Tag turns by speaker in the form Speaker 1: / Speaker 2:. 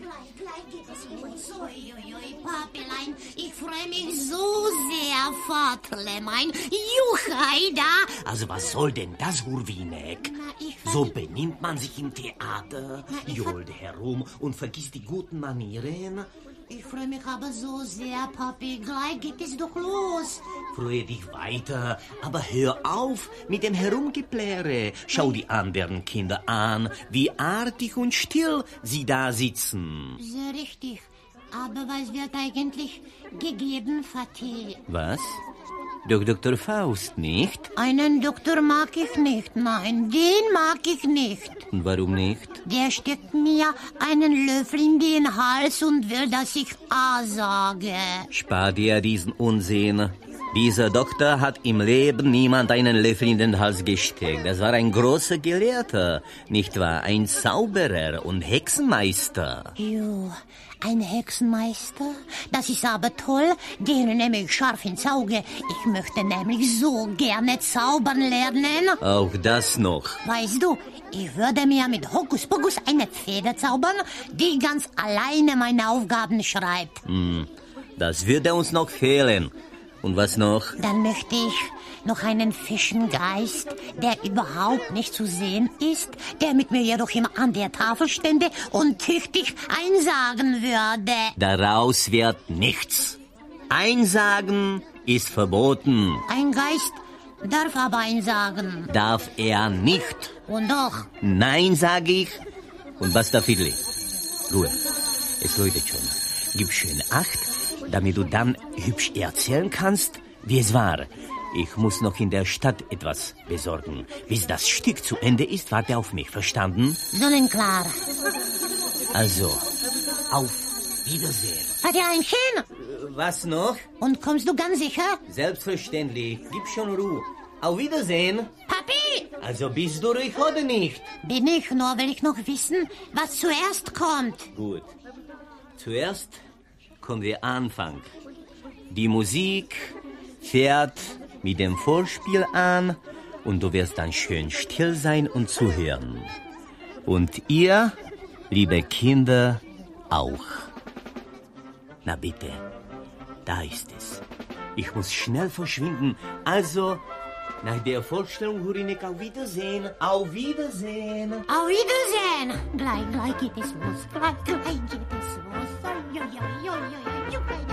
Speaker 1: Gleich, gleich geht es los. Uiuiui, Papelein, ich freue mich so sehr, Vaterlein. Juchaida!
Speaker 2: Also was soll denn das, Hurwinek?
Speaker 1: Na, ich ver-
Speaker 2: So benimmt man sich im Theater,
Speaker 1: ich hab-
Speaker 2: johlt herum und vergisst die guten Manieren.
Speaker 1: Ich freue mich aber so sehr, Papi. Gleich geht es doch los.
Speaker 2: Freue dich weiter, aber hör auf mit dem Herumgepläre. Schau die anderen Kinder an, wie artig und still sie da sitzen.
Speaker 1: Sehr richtig. Aber was wird eigentlich gegeben, Fatih?
Speaker 2: Was? Doch Dr. Faust nicht?
Speaker 1: Einen Doktor mag ich nicht, nein, den mag ich nicht.
Speaker 2: Und warum nicht?
Speaker 1: Der steckt mir einen Löffel in den Hals und will, dass ich A sage.
Speaker 2: Spar dir diesen Unsinn. Dieser Doktor hat im Leben niemand einen Löffel in den Hals gesteckt. Das war ein großer Gelehrter, nicht wahr? Ein Zauberer und Hexenmeister.
Speaker 1: Jo, ein Hexenmeister? Das ist aber toll. Den nehme ich scharf ins Auge. Ich möchte nämlich so gerne zaubern lernen.
Speaker 2: Auch das noch.
Speaker 1: Weißt du, ich würde mir mit Hokuspokus eine Feder zaubern, die ganz alleine meine Aufgaben schreibt.
Speaker 2: Das würde uns noch fehlen. Und was noch?
Speaker 1: Dann möchte ich noch einen Fischengeist, der überhaupt nicht zu sehen ist, der mit mir jedoch immer an der Tafel stände und tüchtig einsagen würde.
Speaker 2: Daraus wird nichts. Einsagen ist verboten.
Speaker 1: Ein Geist darf aber einsagen.
Speaker 2: Darf er nicht.
Speaker 1: Und doch,
Speaker 2: Nein, sage ich. Und basta fiddly. Ruhe. Es läutet schon. Gib schön Acht, damit du dann hübsch erzählen kannst, wie es war. Ich muss noch in der Stadt etwas besorgen. Bis das Stück zu Ende ist, warte auf mich. Verstanden?
Speaker 1: sonnenklar.
Speaker 2: Also, auf Wiedersehen.
Speaker 1: Hat ja ein Kinn.
Speaker 2: Was noch?
Speaker 1: Und kommst du ganz sicher?
Speaker 2: Selbstverständlich. Gib schon Ruhe. Auf Wiedersehen.
Speaker 1: Papi!
Speaker 2: Also bist du ruhig oder nicht?
Speaker 1: Bin ich, nur will ich noch wissen, was zuerst kommt.
Speaker 2: Gut. Zuerst kommt der Anfang. Die Musik fährt mit dem Vorspiel an und du wirst dann schön still sein und zuhören. Und ihr, liebe Kinder, auch. Na bitte, da ist es. Ich muss schnell verschwinden. Also, nach der Vorstellung, Hurinek, auf Wiedersehen. Auf Wiedersehen.
Speaker 1: Auf Wiedersehen! Gleich, gleich geht es los. Gleich, gleich geht es los. Oi, oi, oi, oi, oi, oi, oi, oi.